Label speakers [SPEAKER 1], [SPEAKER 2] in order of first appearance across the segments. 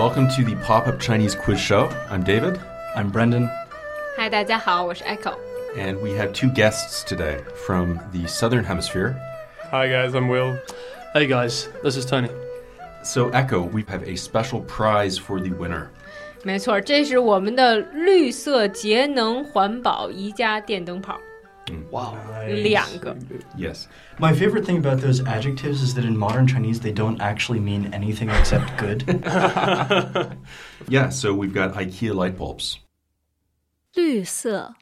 [SPEAKER 1] Welcome to the Pop Up Chinese Quiz Show. I'm David,
[SPEAKER 2] I'm Brendan.
[SPEAKER 3] 嗨，大家好，我是 Echo。
[SPEAKER 1] and we have two guests today from the Southern Hemisphere.
[SPEAKER 4] Hi guys, I'm Will.
[SPEAKER 2] Hey guys, this is Tony.
[SPEAKER 1] So, Echo, we have a special prize for the winner.
[SPEAKER 3] 没错，这是我们的绿色节能环保宜家电灯泡，
[SPEAKER 2] Wow.
[SPEAKER 3] 有两个。
[SPEAKER 1] Yes.
[SPEAKER 2] My favorite thing about those adjectives is that in modern Chinese they don't actually mean anything except good.
[SPEAKER 1] Yeah, so we've got IKEA light bulbs.
[SPEAKER 5] 绿色、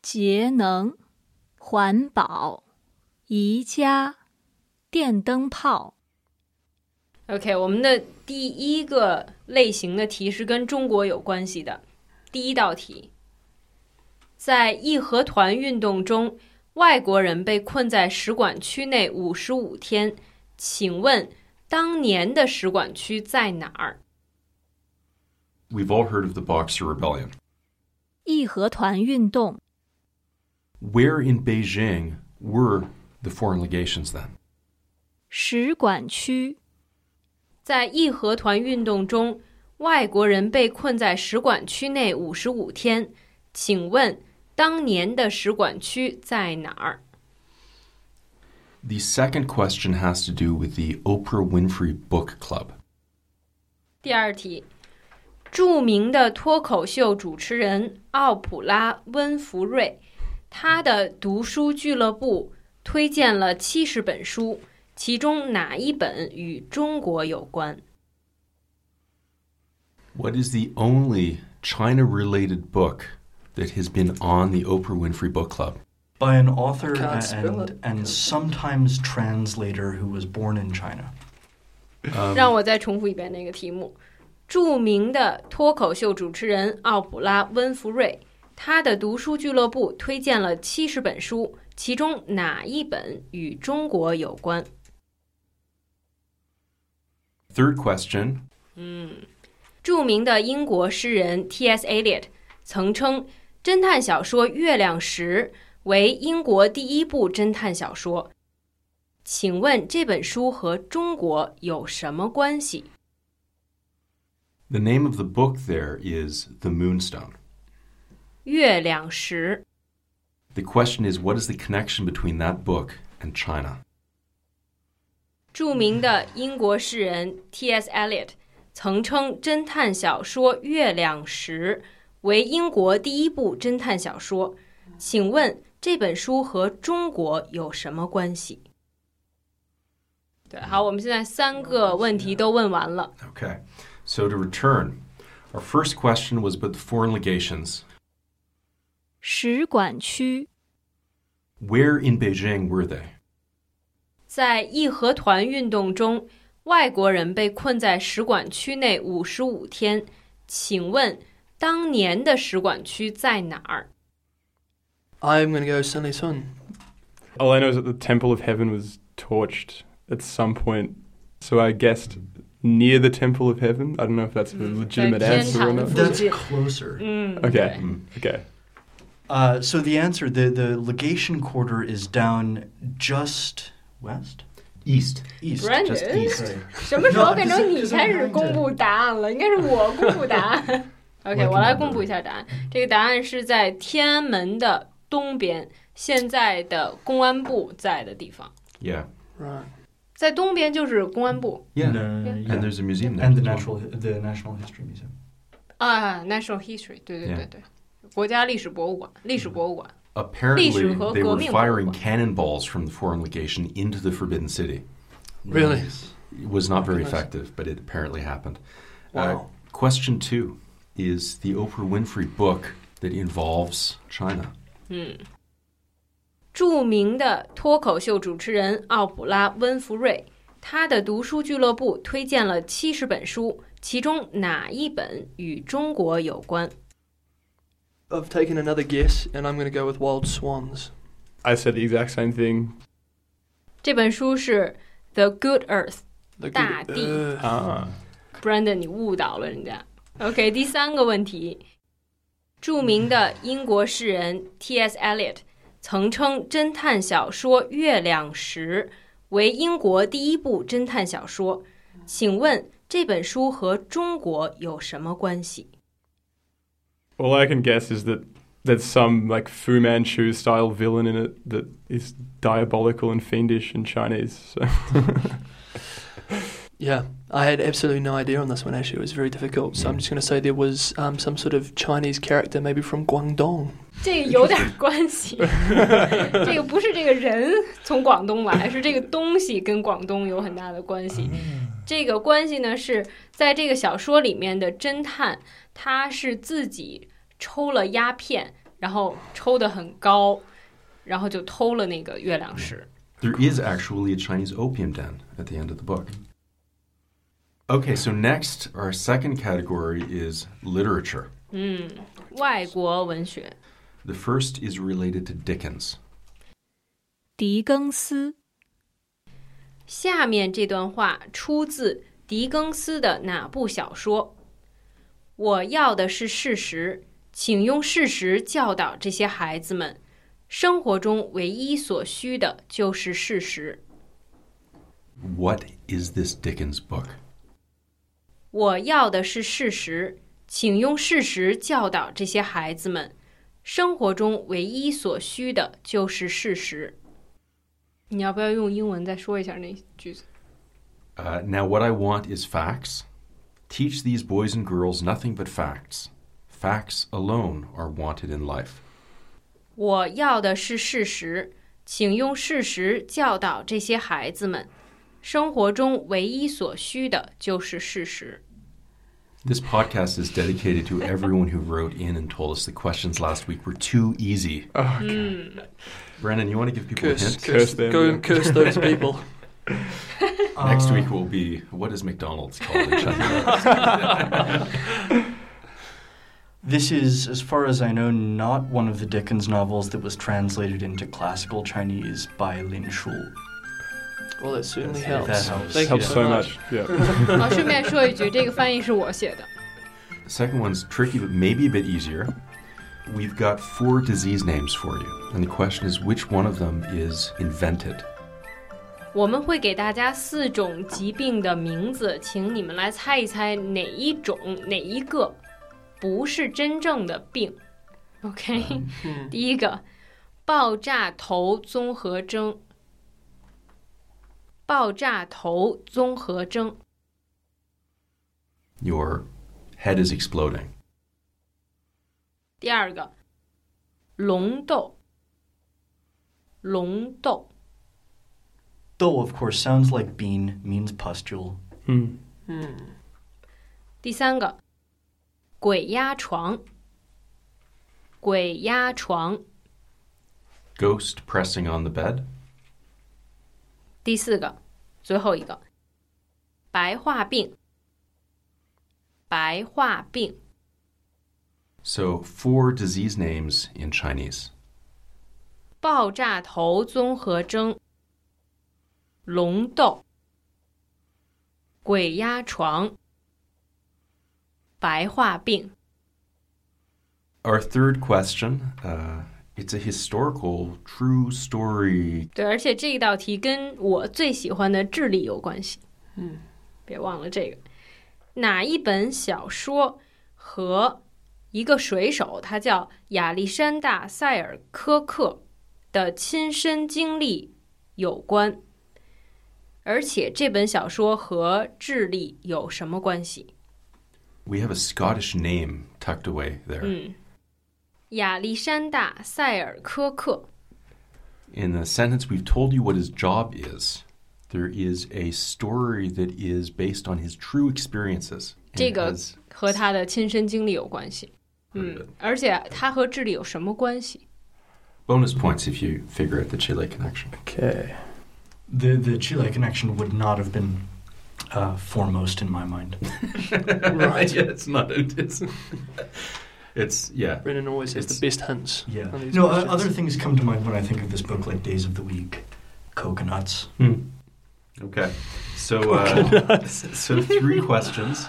[SPEAKER 5] 节能、环保、宜家、电灯泡。
[SPEAKER 3] OK，我们的第一个类型的题是跟中国有关系的。第一道题，在义和团运动中，外国人被困在使馆区内五十五天，请问当年的使馆区在哪儿？
[SPEAKER 1] We've all heard of the Boxer Rebellion.
[SPEAKER 5] 义和团运动
[SPEAKER 1] Where in Beijing were the foreign legations then?
[SPEAKER 5] 使馆区
[SPEAKER 3] 在义和团运动中，外国人被困在使馆区内五十五天，请问当年的使馆区在哪儿？
[SPEAKER 1] The second question has to do with the Oprah Winfrey Book Club.
[SPEAKER 3] 第二题，著名的脱口秀主持人奥普拉·温福瑞，他的读书俱乐部推荐了七十本书，其中哪一本与中国有关？
[SPEAKER 1] What is the only China related book that has been on the Oprah Winfrey Book Club?
[SPEAKER 2] By an author
[SPEAKER 4] Can't spell
[SPEAKER 2] and,
[SPEAKER 4] it.
[SPEAKER 2] and sometimes translator who was born in China.
[SPEAKER 1] 嗯
[SPEAKER 3] 让
[SPEAKER 1] Um,
[SPEAKER 3] 我再重复一遍那个题目：著名的脱口秀主持人奥普拉·温福瑞，他的读书俱乐部推荐了七十本书，其中哪一本与中国有关？
[SPEAKER 1] Third question
[SPEAKER 3] 著名的英国诗人 T.S. Eliot 曾称侦探小说《月亮石》为英国第一部侦探小说。请问这本书和中国有什么关系？
[SPEAKER 1] The name of the book there is The Moonstone.
[SPEAKER 3] 月亮石，
[SPEAKER 1] The question is what is the connection between that book and China?
[SPEAKER 3] 著名的英国诗人 T.S. Eliot 曾称侦探小说《月亮石》为英国第一部侦探小说。请问这本书和中国有什么关系？对，好，我们现在三个问题都问完了。
[SPEAKER 1] Okay. So to return, our first question was about the foreign legations.
[SPEAKER 5] 使馆区
[SPEAKER 1] Where in Beijing were they?
[SPEAKER 3] 在义和团运动中，外国人被困在使馆区内五十五天。请问当年的使馆区在哪儿？
[SPEAKER 6] I'm going to go Sunny Sun.
[SPEAKER 4] All I know is that the Temple of Heaven was torched at some point, so I guessed near the Temple of Heaven. I don't know if that's a legitimate
[SPEAKER 3] like
[SPEAKER 4] answer or
[SPEAKER 3] Tiantai.
[SPEAKER 4] not.
[SPEAKER 2] That's
[SPEAKER 3] That's
[SPEAKER 2] closer.
[SPEAKER 3] 嗯，
[SPEAKER 4] Okay, okay.
[SPEAKER 2] Uh, so the answer, the, the legation quarter is down just west?
[SPEAKER 1] East.
[SPEAKER 2] East. Just
[SPEAKER 3] Brandon？
[SPEAKER 2] east.
[SPEAKER 3] 什么时候变
[SPEAKER 2] No,
[SPEAKER 3] 成
[SPEAKER 2] just-
[SPEAKER 3] 你
[SPEAKER 2] just
[SPEAKER 3] 开始
[SPEAKER 2] remind
[SPEAKER 3] 公布答案了？应该是我公布答案。OK，我来公布一下答案。这个答案是在天安门的东边，现在的公安部在的地方，
[SPEAKER 1] Yeah.
[SPEAKER 6] Right.
[SPEAKER 3] 在东边就是公安部
[SPEAKER 1] Yeah.
[SPEAKER 2] No, yeah.
[SPEAKER 1] And there's a museum there.
[SPEAKER 2] And the
[SPEAKER 1] as well.
[SPEAKER 2] natural, the National History Museum.
[SPEAKER 3] 啊，National History，对对对
[SPEAKER 1] Yeah
[SPEAKER 3] 对，国家历史博物馆，历史博物馆。
[SPEAKER 1] Apparently,
[SPEAKER 3] Li-Shu-He
[SPEAKER 1] they were
[SPEAKER 3] Geming
[SPEAKER 1] firing
[SPEAKER 3] Boulevard.
[SPEAKER 1] cannonballs from the foreign legation into the Forbidden City.
[SPEAKER 6] Really?
[SPEAKER 1] It was not very
[SPEAKER 6] Nice.
[SPEAKER 1] effective, but it apparently happened.
[SPEAKER 6] Wow.
[SPEAKER 1] Uh, question two is the Oprah Winfrey book that involves China.
[SPEAKER 3] 嗯著名的脱口秀主持人奥普拉·温福瑞，他的读书俱乐部推荐了七十本书，其中哪一本与中国有关？
[SPEAKER 6] I've taken another guess and I'm going to go with Wild Swans.
[SPEAKER 4] I said the exact same thing.
[SPEAKER 3] 这本书是《The Good Earth
[SPEAKER 6] The
[SPEAKER 3] Da
[SPEAKER 6] good 呃
[SPEAKER 3] Di.
[SPEAKER 6] earth.
[SPEAKER 4] Ah.》
[SPEAKER 3] ，Brandon，你误导了人家。OK，第三个问题，著名的英国诗人 T.S. Eliot 曾称侦探小说《月亮石》为英国第一部侦探小说，请问这本书和中国有什么关系？
[SPEAKER 4] All I can guess is that there's some like Fu Manchu style villain in it that is diabolical and fiendish and Chinese. So
[SPEAKER 6] Yeah, I had absolutely no idea on this one. Actually, it was very difficult. So I'm just going to say there was um, some sort of Chinese character, maybe from Guangdong.
[SPEAKER 3] 这个有点关系，这个不是这个人从广东来，是这个东西跟广东有很大的关系。这个关系呢，是在这个小说里面的侦探，他是自己抽了鸦片，然后抽的很高，然后就偷了那个月亮石。
[SPEAKER 1] There is actually a Chinese opium den at the end of the book. Okay, so next, our second category is literature.
[SPEAKER 3] 嗯，外国文学，
[SPEAKER 1] The first is related to Dickens.
[SPEAKER 5] 狄更斯、
[SPEAKER 3] 下面这段话出自狄更斯的哪部小说？我要的是事实，请用事实教导这些孩子们。生活中唯一所需的就是事实。
[SPEAKER 1] What is this Dickens book?
[SPEAKER 3] 我要的是事实，请用事实教导这些孩子们。生活中唯一所需的就是事实。你要不要用英文再说一下那句子？
[SPEAKER 1] Uh, now, what I want is facts. Teach these boys and girls nothing but facts. Facts alone are wanted in life.
[SPEAKER 3] 我要的是事实，请用事实教导这些孩子们。生活中唯一所需的就是事实。
[SPEAKER 1] This podcast is dedicated to everyone who wrote in and told us the questions last week were too easy. Brennan, you want to give people a
[SPEAKER 6] Curse,
[SPEAKER 1] hint?
[SPEAKER 6] curse,
[SPEAKER 4] Curse them,
[SPEAKER 6] go
[SPEAKER 4] yeah.
[SPEAKER 6] and curse those people.
[SPEAKER 1] Next week will be what is McDonald's called in China?
[SPEAKER 2] This is, as far as I know, not one of the Dickens novels that was translated into classical Chinese by Lin Shul.
[SPEAKER 6] Well, that certainly
[SPEAKER 2] Yes,
[SPEAKER 6] helps.
[SPEAKER 2] that helps.
[SPEAKER 6] Thank
[SPEAKER 4] helps
[SPEAKER 6] you
[SPEAKER 4] so much. Yeah.
[SPEAKER 3] 好，顺便说一句，这个翻译是我写的。
[SPEAKER 1] the second one's tricky, but maybe a bit easier. We've got four disease names for you, and the question is which one of them is invented?
[SPEAKER 3] 我们会给大家四种疾病的名字，请你们来猜一猜哪一种哪一个不是真正的病。OK，、第一个爆炸头综合征，爆炸头综合征，
[SPEAKER 1] Your head is exploding.
[SPEAKER 3] 第二个龙痘，龙痘，
[SPEAKER 2] Though, of course, sounds like bean, means pustule.
[SPEAKER 4] Mm.
[SPEAKER 3] 第三个鬼压床，鬼压床，
[SPEAKER 1] Ghost pressing on the bed.
[SPEAKER 3] 第四个，最后一个，白化病。白化病，
[SPEAKER 1] So, four disease names in Chinese.
[SPEAKER 3] 爆炸头综合征，龙痘，鬼压床，白化病。
[SPEAKER 1] Our third question uh, it's a historical, true story.
[SPEAKER 3] 对，而且这一道题跟我最喜欢的智利有关系。
[SPEAKER 6] 嗯，
[SPEAKER 3] 别忘了这个。哪一本小说和一个水手，他叫亚历山大·塞尔科克的亲身经历有关？而且这本小说和智利有什么关系？
[SPEAKER 1] We have a Scottish name tucked away there.
[SPEAKER 3] 嗯，亚历山大·塞尔科克。
[SPEAKER 1] In the sentence, we've told you what his job is. There is a story that is based on his true experiences. and
[SPEAKER 3] 这个
[SPEAKER 1] has-
[SPEAKER 3] 和他的亲身经历有关系。嗯，而且他和智利有什么关系？
[SPEAKER 1] bonus points if you figure out the Chile connection.
[SPEAKER 4] Okay.
[SPEAKER 2] The, the Chile connection would not have been uh, foremost in my mind.
[SPEAKER 1] right, yeah, it's not. It's, it's yeah.
[SPEAKER 6] Brennan always has
[SPEAKER 1] It's-
[SPEAKER 6] the best hints.
[SPEAKER 2] Yeah.
[SPEAKER 6] on these
[SPEAKER 2] No, uh,
[SPEAKER 6] questions.
[SPEAKER 2] other things come to mind when I think of this book, like Days of the Week, Coconuts.
[SPEAKER 1] Hmm. Okay, so uh, so three questions.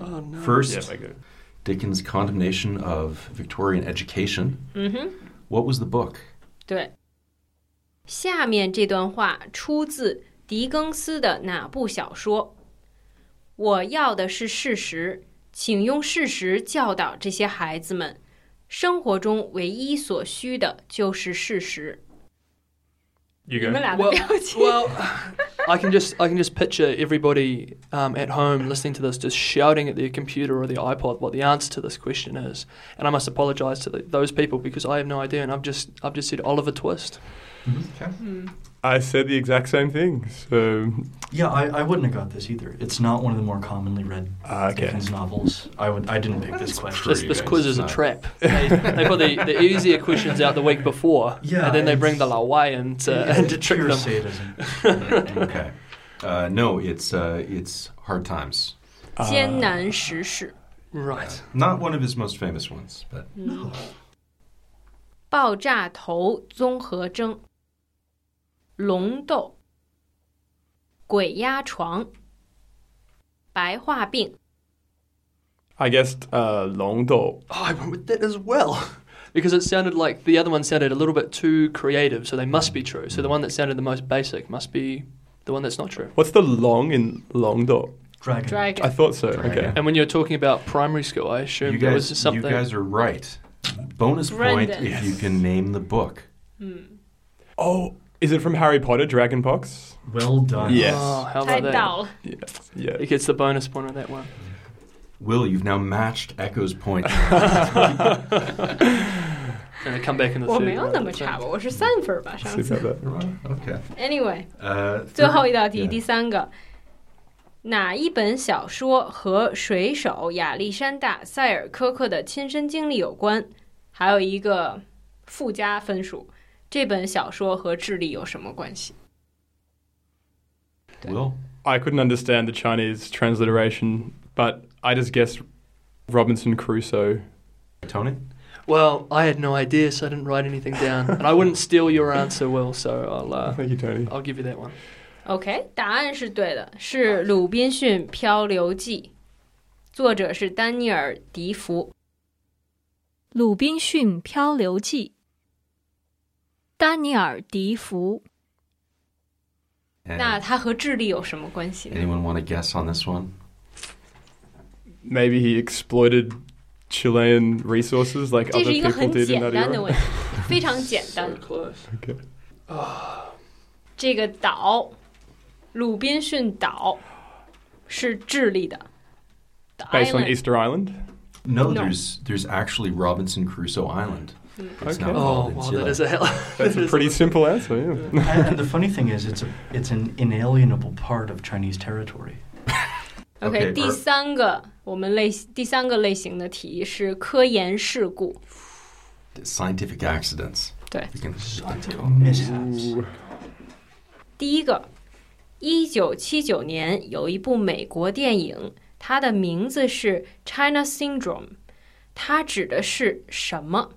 [SPEAKER 6] Oh, no.
[SPEAKER 1] First,
[SPEAKER 4] Yeah, I go.
[SPEAKER 1] Dickens' condemnation of Victorian education.
[SPEAKER 3] 嗯哼，
[SPEAKER 1] What was the book?
[SPEAKER 3] 对。下面这段话出自狄更斯的哪部小说？我要的是事实，请用事实教导这些孩子们。生活中唯一所需的就是事实。
[SPEAKER 4] You
[SPEAKER 3] 你们
[SPEAKER 4] go.
[SPEAKER 3] 俩的
[SPEAKER 6] Well,
[SPEAKER 3] 表情
[SPEAKER 6] well, I can just I can just picture everybody um, at home listening to this, just shouting at their computer or their iPod what the answer to this question is. And I must apologise to the, those people because I have no idea, and I've just I've just said Oliver Twist.
[SPEAKER 3] 嗯
[SPEAKER 4] I said the exact same thing. So
[SPEAKER 2] Yeah, I, I wouldn't have got this either. It's not one of the more commonly read
[SPEAKER 4] Ah, okay.
[SPEAKER 2] Dickens novels. I would I didn't pick this question.
[SPEAKER 1] Sure,
[SPEAKER 6] This,
[SPEAKER 1] you
[SPEAKER 6] this
[SPEAKER 1] guys,
[SPEAKER 6] quiz
[SPEAKER 1] it's
[SPEAKER 6] is a
[SPEAKER 1] not-
[SPEAKER 6] trap. They, they put the, the easier questions out the week before,
[SPEAKER 2] Yeah,
[SPEAKER 6] and then they bring the
[SPEAKER 2] it's-
[SPEAKER 6] Lawai in to,
[SPEAKER 2] Yeah,
[SPEAKER 6] and uh, to
[SPEAKER 2] it's
[SPEAKER 6] trick
[SPEAKER 2] pure
[SPEAKER 6] them.
[SPEAKER 2] sadism.
[SPEAKER 1] Okay. Uh, no, it's uh, it's hard times.
[SPEAKER 3] 艰难时事。
[SPEAKER 6] Right.
[SPEAKER 1] Not one of his most famous ones, but
[SPEAKER 3] 爆炸头综合征、龙斗、鬼压床、白化病、
[SPEAKER 4] I guessed uh, long do.
[SPEAKER 6] Oh, I went with that as well. Because it sounded like the other one sounded a little bit too creative, so they must be true. So the one that sounded the most basic must be the one that's not true.
[SPEAKER 4] What's the long in long do?
[SPEAKER 2] Dragon.
[SPEAKER 4] I
[SPEAKER 3] dragon。
[SPEAKER 4] thought so. Okay.
[SPEAKER 1] Dragon.
[SPEAKER 6] And when you're talking about primary school, I assume
[SPEAKER 1] you
[SPEAKER 6] there
[SPEAKER 1] guys,
[SPEAKER 6] was something.
[SPEAKER 1] you guys are right. Bonus
[SPEAKER 3] Brendan.
[SPEAKER 1] point if you can name the book.
[SPEAKER 3] 嗯
[SPEAKER 4] Oh, is it from Harry Potter? Dragonpox.
[SPEAKER 2] Well done.
[SPEAKER 4] Yeah.
[SPEAKER 6] Oh, how
[SPEAKER 3] 猜
[SPEAKER 6] about that?
[SPEAKER 3] 到了，
[SPEAKER 4] Yeah. Yeah.
[SPEAKER 6] It gets the bonus point on that one.
[SPEAKER 1] Will, you've now matched Echo's point.
[SPEAKER 6] And it come back in the
[SPEAKER 3] 我
[SPEAKER 6] third.
[SPEAKER 3] 没有
[SPEAKER 6] round,
[SPEAKER 3] 那
[SPEAKER 6] I
[SPEAKER 3] 么
[SPEAKER 6] think.
[SPEAKER 3] 差吧，我是三分吧，上
[SPEAKER 4] See
[SPEAKER 3] 次。
[SPEAKER 4] about that.
[SPEAKER 1] okay.
[SPEAKER 3] Anyway，
[SPEAKER 1] Uh,
[SPEAKER 3] 最
[SPEAKER 1] third-
[SPEAKER 3] 后一道题，
[SPEAKER 1] yeah.
[SPEAKER 3] 第三个，哪一本小说和水手亚历山大·塞尔科克的亲身经历有关？还有一个附加分数，这本小说和智利有什么关系？
[SPEAKER 1] Will,
[SPEAKER 4] I couldn't understand the Chinese transliteration, but I just guessed Robinson Crusoe.
[SPEAKER 1] Tony,
[SPEAKER 6] Well, I had no idea, so I didn't write anything down. and I wouldn't steal your answer, Will, so I'll, uh,
[SPEAKER 4] Thank you, Tony.
[SPEAKER 6] I'll give you that one.
[SPEAKER 3] OK，答案是对的，是《鲁滨逊漂流记》，作者是丹尼尔·迪福。
[SPEAKER 5] 《鲁滨逊漂流记》，丹尼尔·迪福，
[SPEAKER 1] and
[SPEAKER 3] 那它和智利有什么关系呢？
[SPEAKER 1] anyone want to guess on this one?
[SPEAKER 4] Maybe he exploited Chilean resources like
[SPEAKER 3] 这
[SPEAKER 4] other
[SPEAKER 3] 是一个
[SPEAKER 4] people
[SPEAKER 3] 很
[SPEAKER 4] did
[SPEAKER 3] 简
[SPEAKER 4] in that
[SPEAKER 3] 单的
[SPEAKER 4] era.
[SPEAKER 3] 问题，非常简单
[SPEAKER 6] So。close.
[SPEAKER 3] 这个岛，鲁滨逊岛是智利的。The
[SPEAKER 4] Based on
[SPEAKER 3] island
[SPEAKER 4] Easter Island.
[SPEAKER 1] No,
[SPEAKER 3] No.
[SPEAKER 1] there's there's actually Robinson Crusoe Island. It's
[SPEAKER 4] Okay.
[SPEAKER 1] not uh, involved
[SPEAKER 6] Oh,
[SPEAKER 1] in
[SPEAKER 6] well,
[SPEAKER 1] Chile.
[SPEAKER 6] that is a hell.
[SPEAKER 4] That's
[SPEAKER 6] that
[SPEAKER 4] a
[SPEAKER 6] is
[SPEAKER 4] pretty
[SPEAKER 6] little-
[SPEAKER 4] simple answer. Yeah.
[SPEAKER 2] and, and the funny thing is, it's a it's an inalienable part of Chinese territory.
[SPEAKER 1] OK，
[SPEAKER 3] OK，第
[SPEAKER 1] 而
[SPEAKER 3] 三个我们类第三个类型的题是科研事故。
[SPEAKER 1] Scientific accidents.
[SPEAKER 3] 对
[SPEAKER 1] We can-
[SPEAKER 2] Mishaps.
[SPEAKER 3] 第一个，一九七九年有一部美国电影，它的名字是《China Syndrome》，它指的是什么？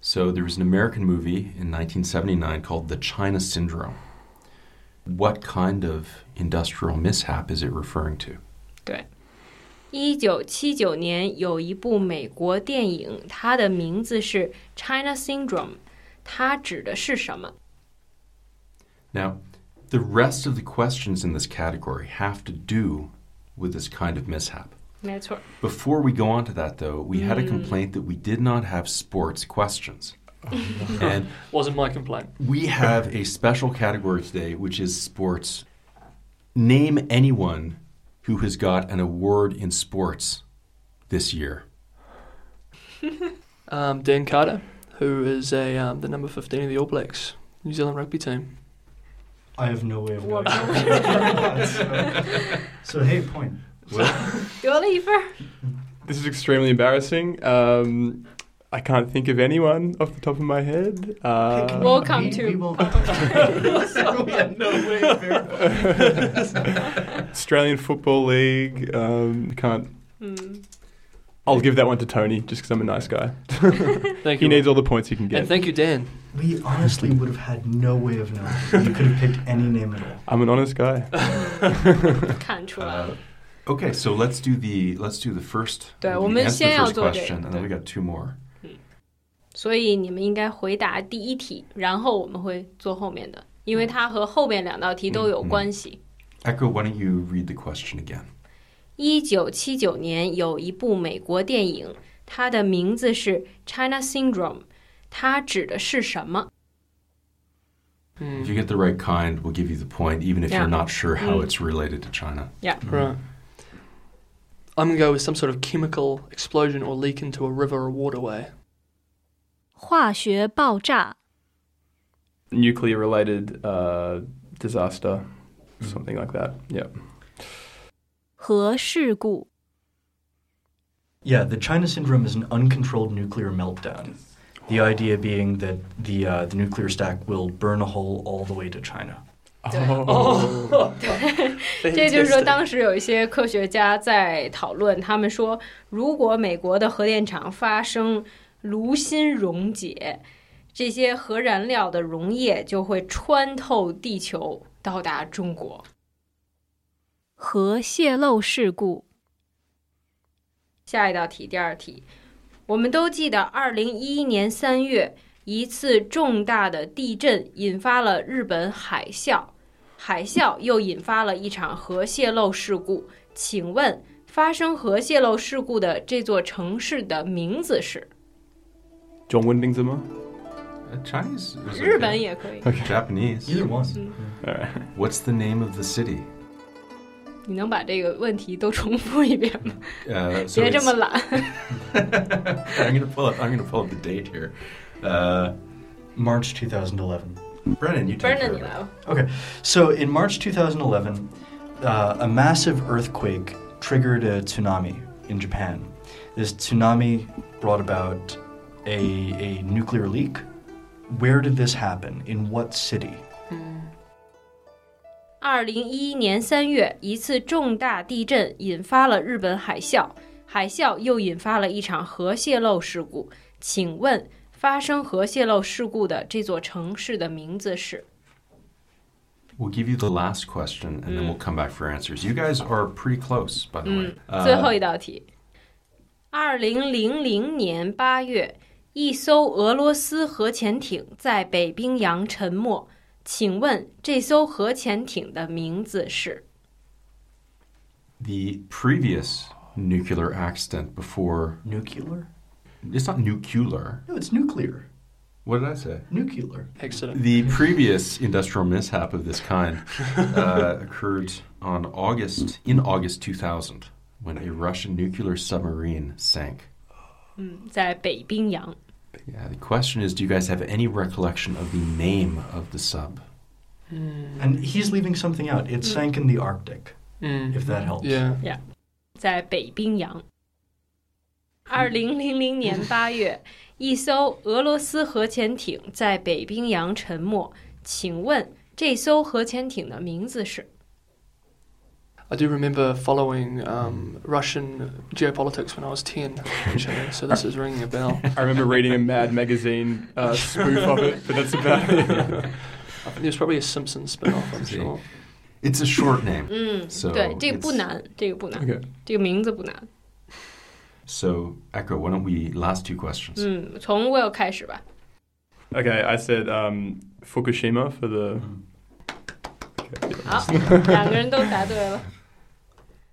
[SPEAKER 1] So there was an American movie in 1979 called The China Syndrome. What kind of industrial mishap is it referring to?
[SPEAKER 3] 一九七九年有一部美国电影，它的名字是《China Syndrome》，它指的是什么？
[SPEAKER 1] Now, the rest of the questions in this category have to do with this kind of mishap.
[SPEAKER 3] 没错，
[SPEAKER 1] Before we go on to that, though, we had
[SPEAKER 6] Mm.
[SPEAKER 1] a complaint that we did not have sports questions. and
[SPEAKER 6] Wasn't my complaint.
[SPEAKER 1] we have a special category today, which is sports. Name anyone who has got an award in sports this year.
[SPEAKER 6] Um, Dan Carter, who is a um, the number 15 of the All Blacks New Zealand rugby team.
[SPEAKER 2] I have no way of
[SPEAKER 3] What-
[SPEAKER 2] knowing. so, hey, point.
[SPEAKER 3] 得了一分儿。
[SPEAKER 4] This is extremely embarrassing. Um, I can't think of anyone off the top of my head. Uh,
[SPEAKER 3] Welcome
[SPEAKER 2] We-
[SPEAKER 3] to-
[SPEAKER 2] We won't. we have no way of verifying.
[SPEAKER 4] Australian Football League. Um, can't.
[SPEAKER 3] 嗯，
[SPEAKER 4] I'll give that one to Tony just because I'm a nice guy.
[SPEAKER 6] Thank
[SPEAKER 4] He
[SPEAKER 6] you.
[SPEAKER 4] needs all the points he can
[SPEAKER 6] and
[SPEAKER 4] get.
[SPEAKER 6] thank you, Dan.
[SPEAKER 2] We honestly would have had no way of knowing. You could have picked any name at all.
[SPEAKER 4] I'm an honest guy.
[SPEAKER 3] 看出来了。
[SPEAKER 1] Uh, okay, so let's do the let's do the first.
[SPEAKER 3] 对，
[SPEAKER 1] we
[SPEAKER 3] 我们
[SPEAKER 1] answer the
[SPEAKER 3] 先要
[SPEAKER 1] first
[SPEAKER 3] 做这个，
[SPEAKER 1] question, and then we got two more.
[SPEAKER 3] 所以你们应该回答第一题，然后我们会做后面的，因为它和后面两道题都有关系。
[SPEAKER 1] Echo, why don't you read the question again?
[SPEAKER 3] 一九七九年有一部美国电影，它的名字是《China Syndrome》，它指的是什么？
[SPEAKER 1] If
[SPEAKER 6] Mm,
[SPEAKER 1] you get the right kind, we'll give you the point, even if
[SPEAKER 3] Yeah.
[SPEAKER 1] you're not sure how
[SPEAKER 6] Mm.
[SPEAKER 1] it's related to China.
[SPEAKER 3] Yeah.
[SPEAKER 4] Mm.
[SPEAKER 6] Right. I'm going to go with some sort of chemical explosion or leak into a river or waterway.
[SPEAKER 5] 化学爆炸、
[SPEAKER 4] Nuclear related uh, disaster, something like that. Yeah.
[SPEAKER 5] 核事故、
[SPEAKER 2] Yeah, the China syndrome is an uncontrolled nuclear meltdown. The idea being that the uh, the nuclear stack will burn a hole all the way to China.
[SPEAKER 6] Oh.
[SPEAKER 3] 这就是说，
[SPEAKER 6] Fantastic.
[SPEAKER 3] 当时有一些科学家在讨论，他们说，如果美国的核电厂发生炉心溶解，这些核燃料的溶液就会穿透地球，到达中国。
[SPEAKER 5] 核泄漏事故、
[SPEAKER 3] 下一道题，第二题，我们都记得，二零一一年三月，一次重大的地震引发了日本海啸，海啸又引发了一场核泄漏事故。请问，发生核泄漏事故的这座城市的名字是？
[SPEAKER 4] John Windingzimmer.
[SPEAKER 1] Uh, Chinese? is
[SPEAKER 3] 日
[SPEAKER 1] okay.
[SPEAKER 3] 本也可以，
[SPEAKER 1] Japanese.
[SPEAKER 2] Either one.
[SPEAKER 3] Mm-hmm.
[SPEAKER 4] All right.
[SPEAKER 1] What's the name of the city?
[SPEAKER 3] 你能把这个问题都重复一遍吗？
[SPEAKER 1] Uh, so
[SPEAKER 3] 别这
[SPEAKER 1] it's-
[SPEAKER 3] 么懒。
[SPEAKER 1] I'm gonna pull up. I'm gonna pull up the date here. Uh,
[SPEAKER 2] March 2011.
[SPEAKER 1] Brennan, you take care
[SPEAKER 3] ，Brendan，
[SPEAKER 1] of
[SPEAKER 3] 你
[SPEAKER 1] it.
[SPEAKER 3] 来吧。
[SPEAKER 2] Okay, so in March 2011, uh, a massive earthquake triggered a tsunami in Japan. This tsunami brought about a, a nuclear leak. Where did this happen? In what city?
[SPEAKER 3] 二零一一年三月，一次重大地震引发了日本海啸，海啸又引发了一场核泄漏事故。请问，发生核泄漏事故的这座城市的名字是？
[SPEAKER 1] We'll give you the last question, and then we'll come back for answers. You guys are pretty close, by the way.
[SPEAKER 3] 最
[SPEAKER 1] Uh,
[SPEAKER 3] 后一道题。二零零零年八月，一艘俄罗斯核潜艇在北冰洋沉没。请问这艘核潜艇的名字是？
[SPEAKER 1] the previous nuclear accident before
[SPEAKER 2] Nuclear?
[SPEAKER 1] it's not nuclear.
[SPEAKER 2] No, it's nuclear.
[SPEAKER 1] What did I say?
[SPEAKER 2] Nuclear.
[SPEAKER 6] Accident.
[SPEAKER 1] The previous industrial mishap of this kind uh, occurred on August in August 2000 when a Russian nuclear submarine sank.
[SPEAKER 3] 嗯，在北冰洋。
[SPEAKER 1] Yeah, the question is, do you guys have any recollection of the name of the sub?
[SPEAKER 2] And he's leaving something out. It sank in the Arctic,
[SPEAKER 6] Mm.
[SPEAKER 2] if that helps.
[SPEAKER 6] Yeah.
[SPEAKER 3] 在北冰洋。二零零零年八月，一艘俄罗斯核潜艇在北冰洋沉没。请问这艘核潜艇的名字是？
[SPEAKER 6] I do remember following um, Russian geopolitics when I was 10, actually, so this is ringing a bell.
[SPEAKER 4] I remember reading a Mad magazine uh, spoof of it, but that's about it.
[SPEAKER 6] I think there's probably a Simpsons spin off, I'm
[SPEAKER 1] See.
[SPEAKER 6] sure.
[SPEAKER 1] It's a short name.
[SPEAKER 3] 嗯
[SPEAKER 1] So
[SPEAKER 3] 对，这个
[SPEAKER 1] it's-
[SPEAKER 3] 不难，这个不难
[SPEAKER 4] okay.
[SPEAKER 3] 这个名字不难。
[SPEAKER 1] So, Echo, why don't we last two questions?
[SPEAKER 3] 嗯，从 Will 开始吧。
[SPEAKER 4] Okay, I said um, Fukushima for the.
[SPEAKER 3] 好，两个人都答对了。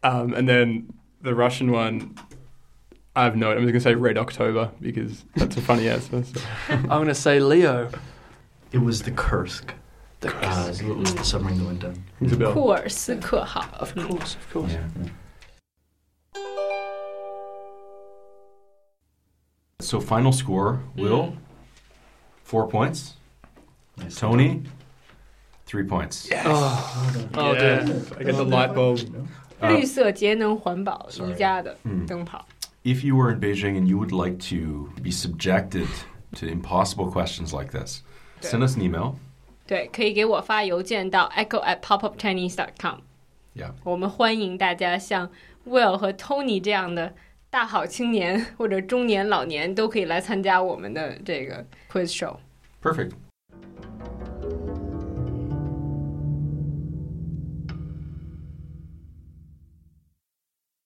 [SPEAKER 4] Um, and then the Russian one, I have no I'm just going to say Red October because that's a funny answer. So.
[SPEAKER 6] I'm going to say Leo.
[SPEAKER 2] It was the Kursk.
[SPEAKER 6] The-
[SPEAKER 2] Uh, it was the submarine that went down.
[SPEAKER 4] Isabel.
[SPEAKER 3] 库尔斯克号。
[SPEAKER 6] Of course, of course.
[SPEAKER 1] Yeah. So, final score Will, four points.
[SPEAKER 2] Nice.
[SPEAKER 1] Tony, three points.
[SPEAKER 6] Oh, oh
[SPEAKER 4] Yeah,
[SPEAKER 6] dear.
[SPEAKER 4] I get the light bulb.
[SPEAKER 6] Mm-hmm.
[SPEAKER 3] 绿色节能环保宜
[SPEAKER 2] sorry
[SPEAKER 3] 家的
[SPEAKER 1] Mm.
[SPEAKER 3] 灯泡。
[SPEAKER 1] If you were in Beijing and you would like to be subjected to impossible questions like this, send us an email.
[SPEAKER 3] 对，可以给我发邮件到 echo at popupchinese.com。
[SPEAKER 1] Yeah.
[SPEAKER 3] 我们欢迎大家像 Will 和 Tony 这样的大好青年或者中年老年都可以来参加我们的这个 quiz show。
[SPEAKER 1] Perfect.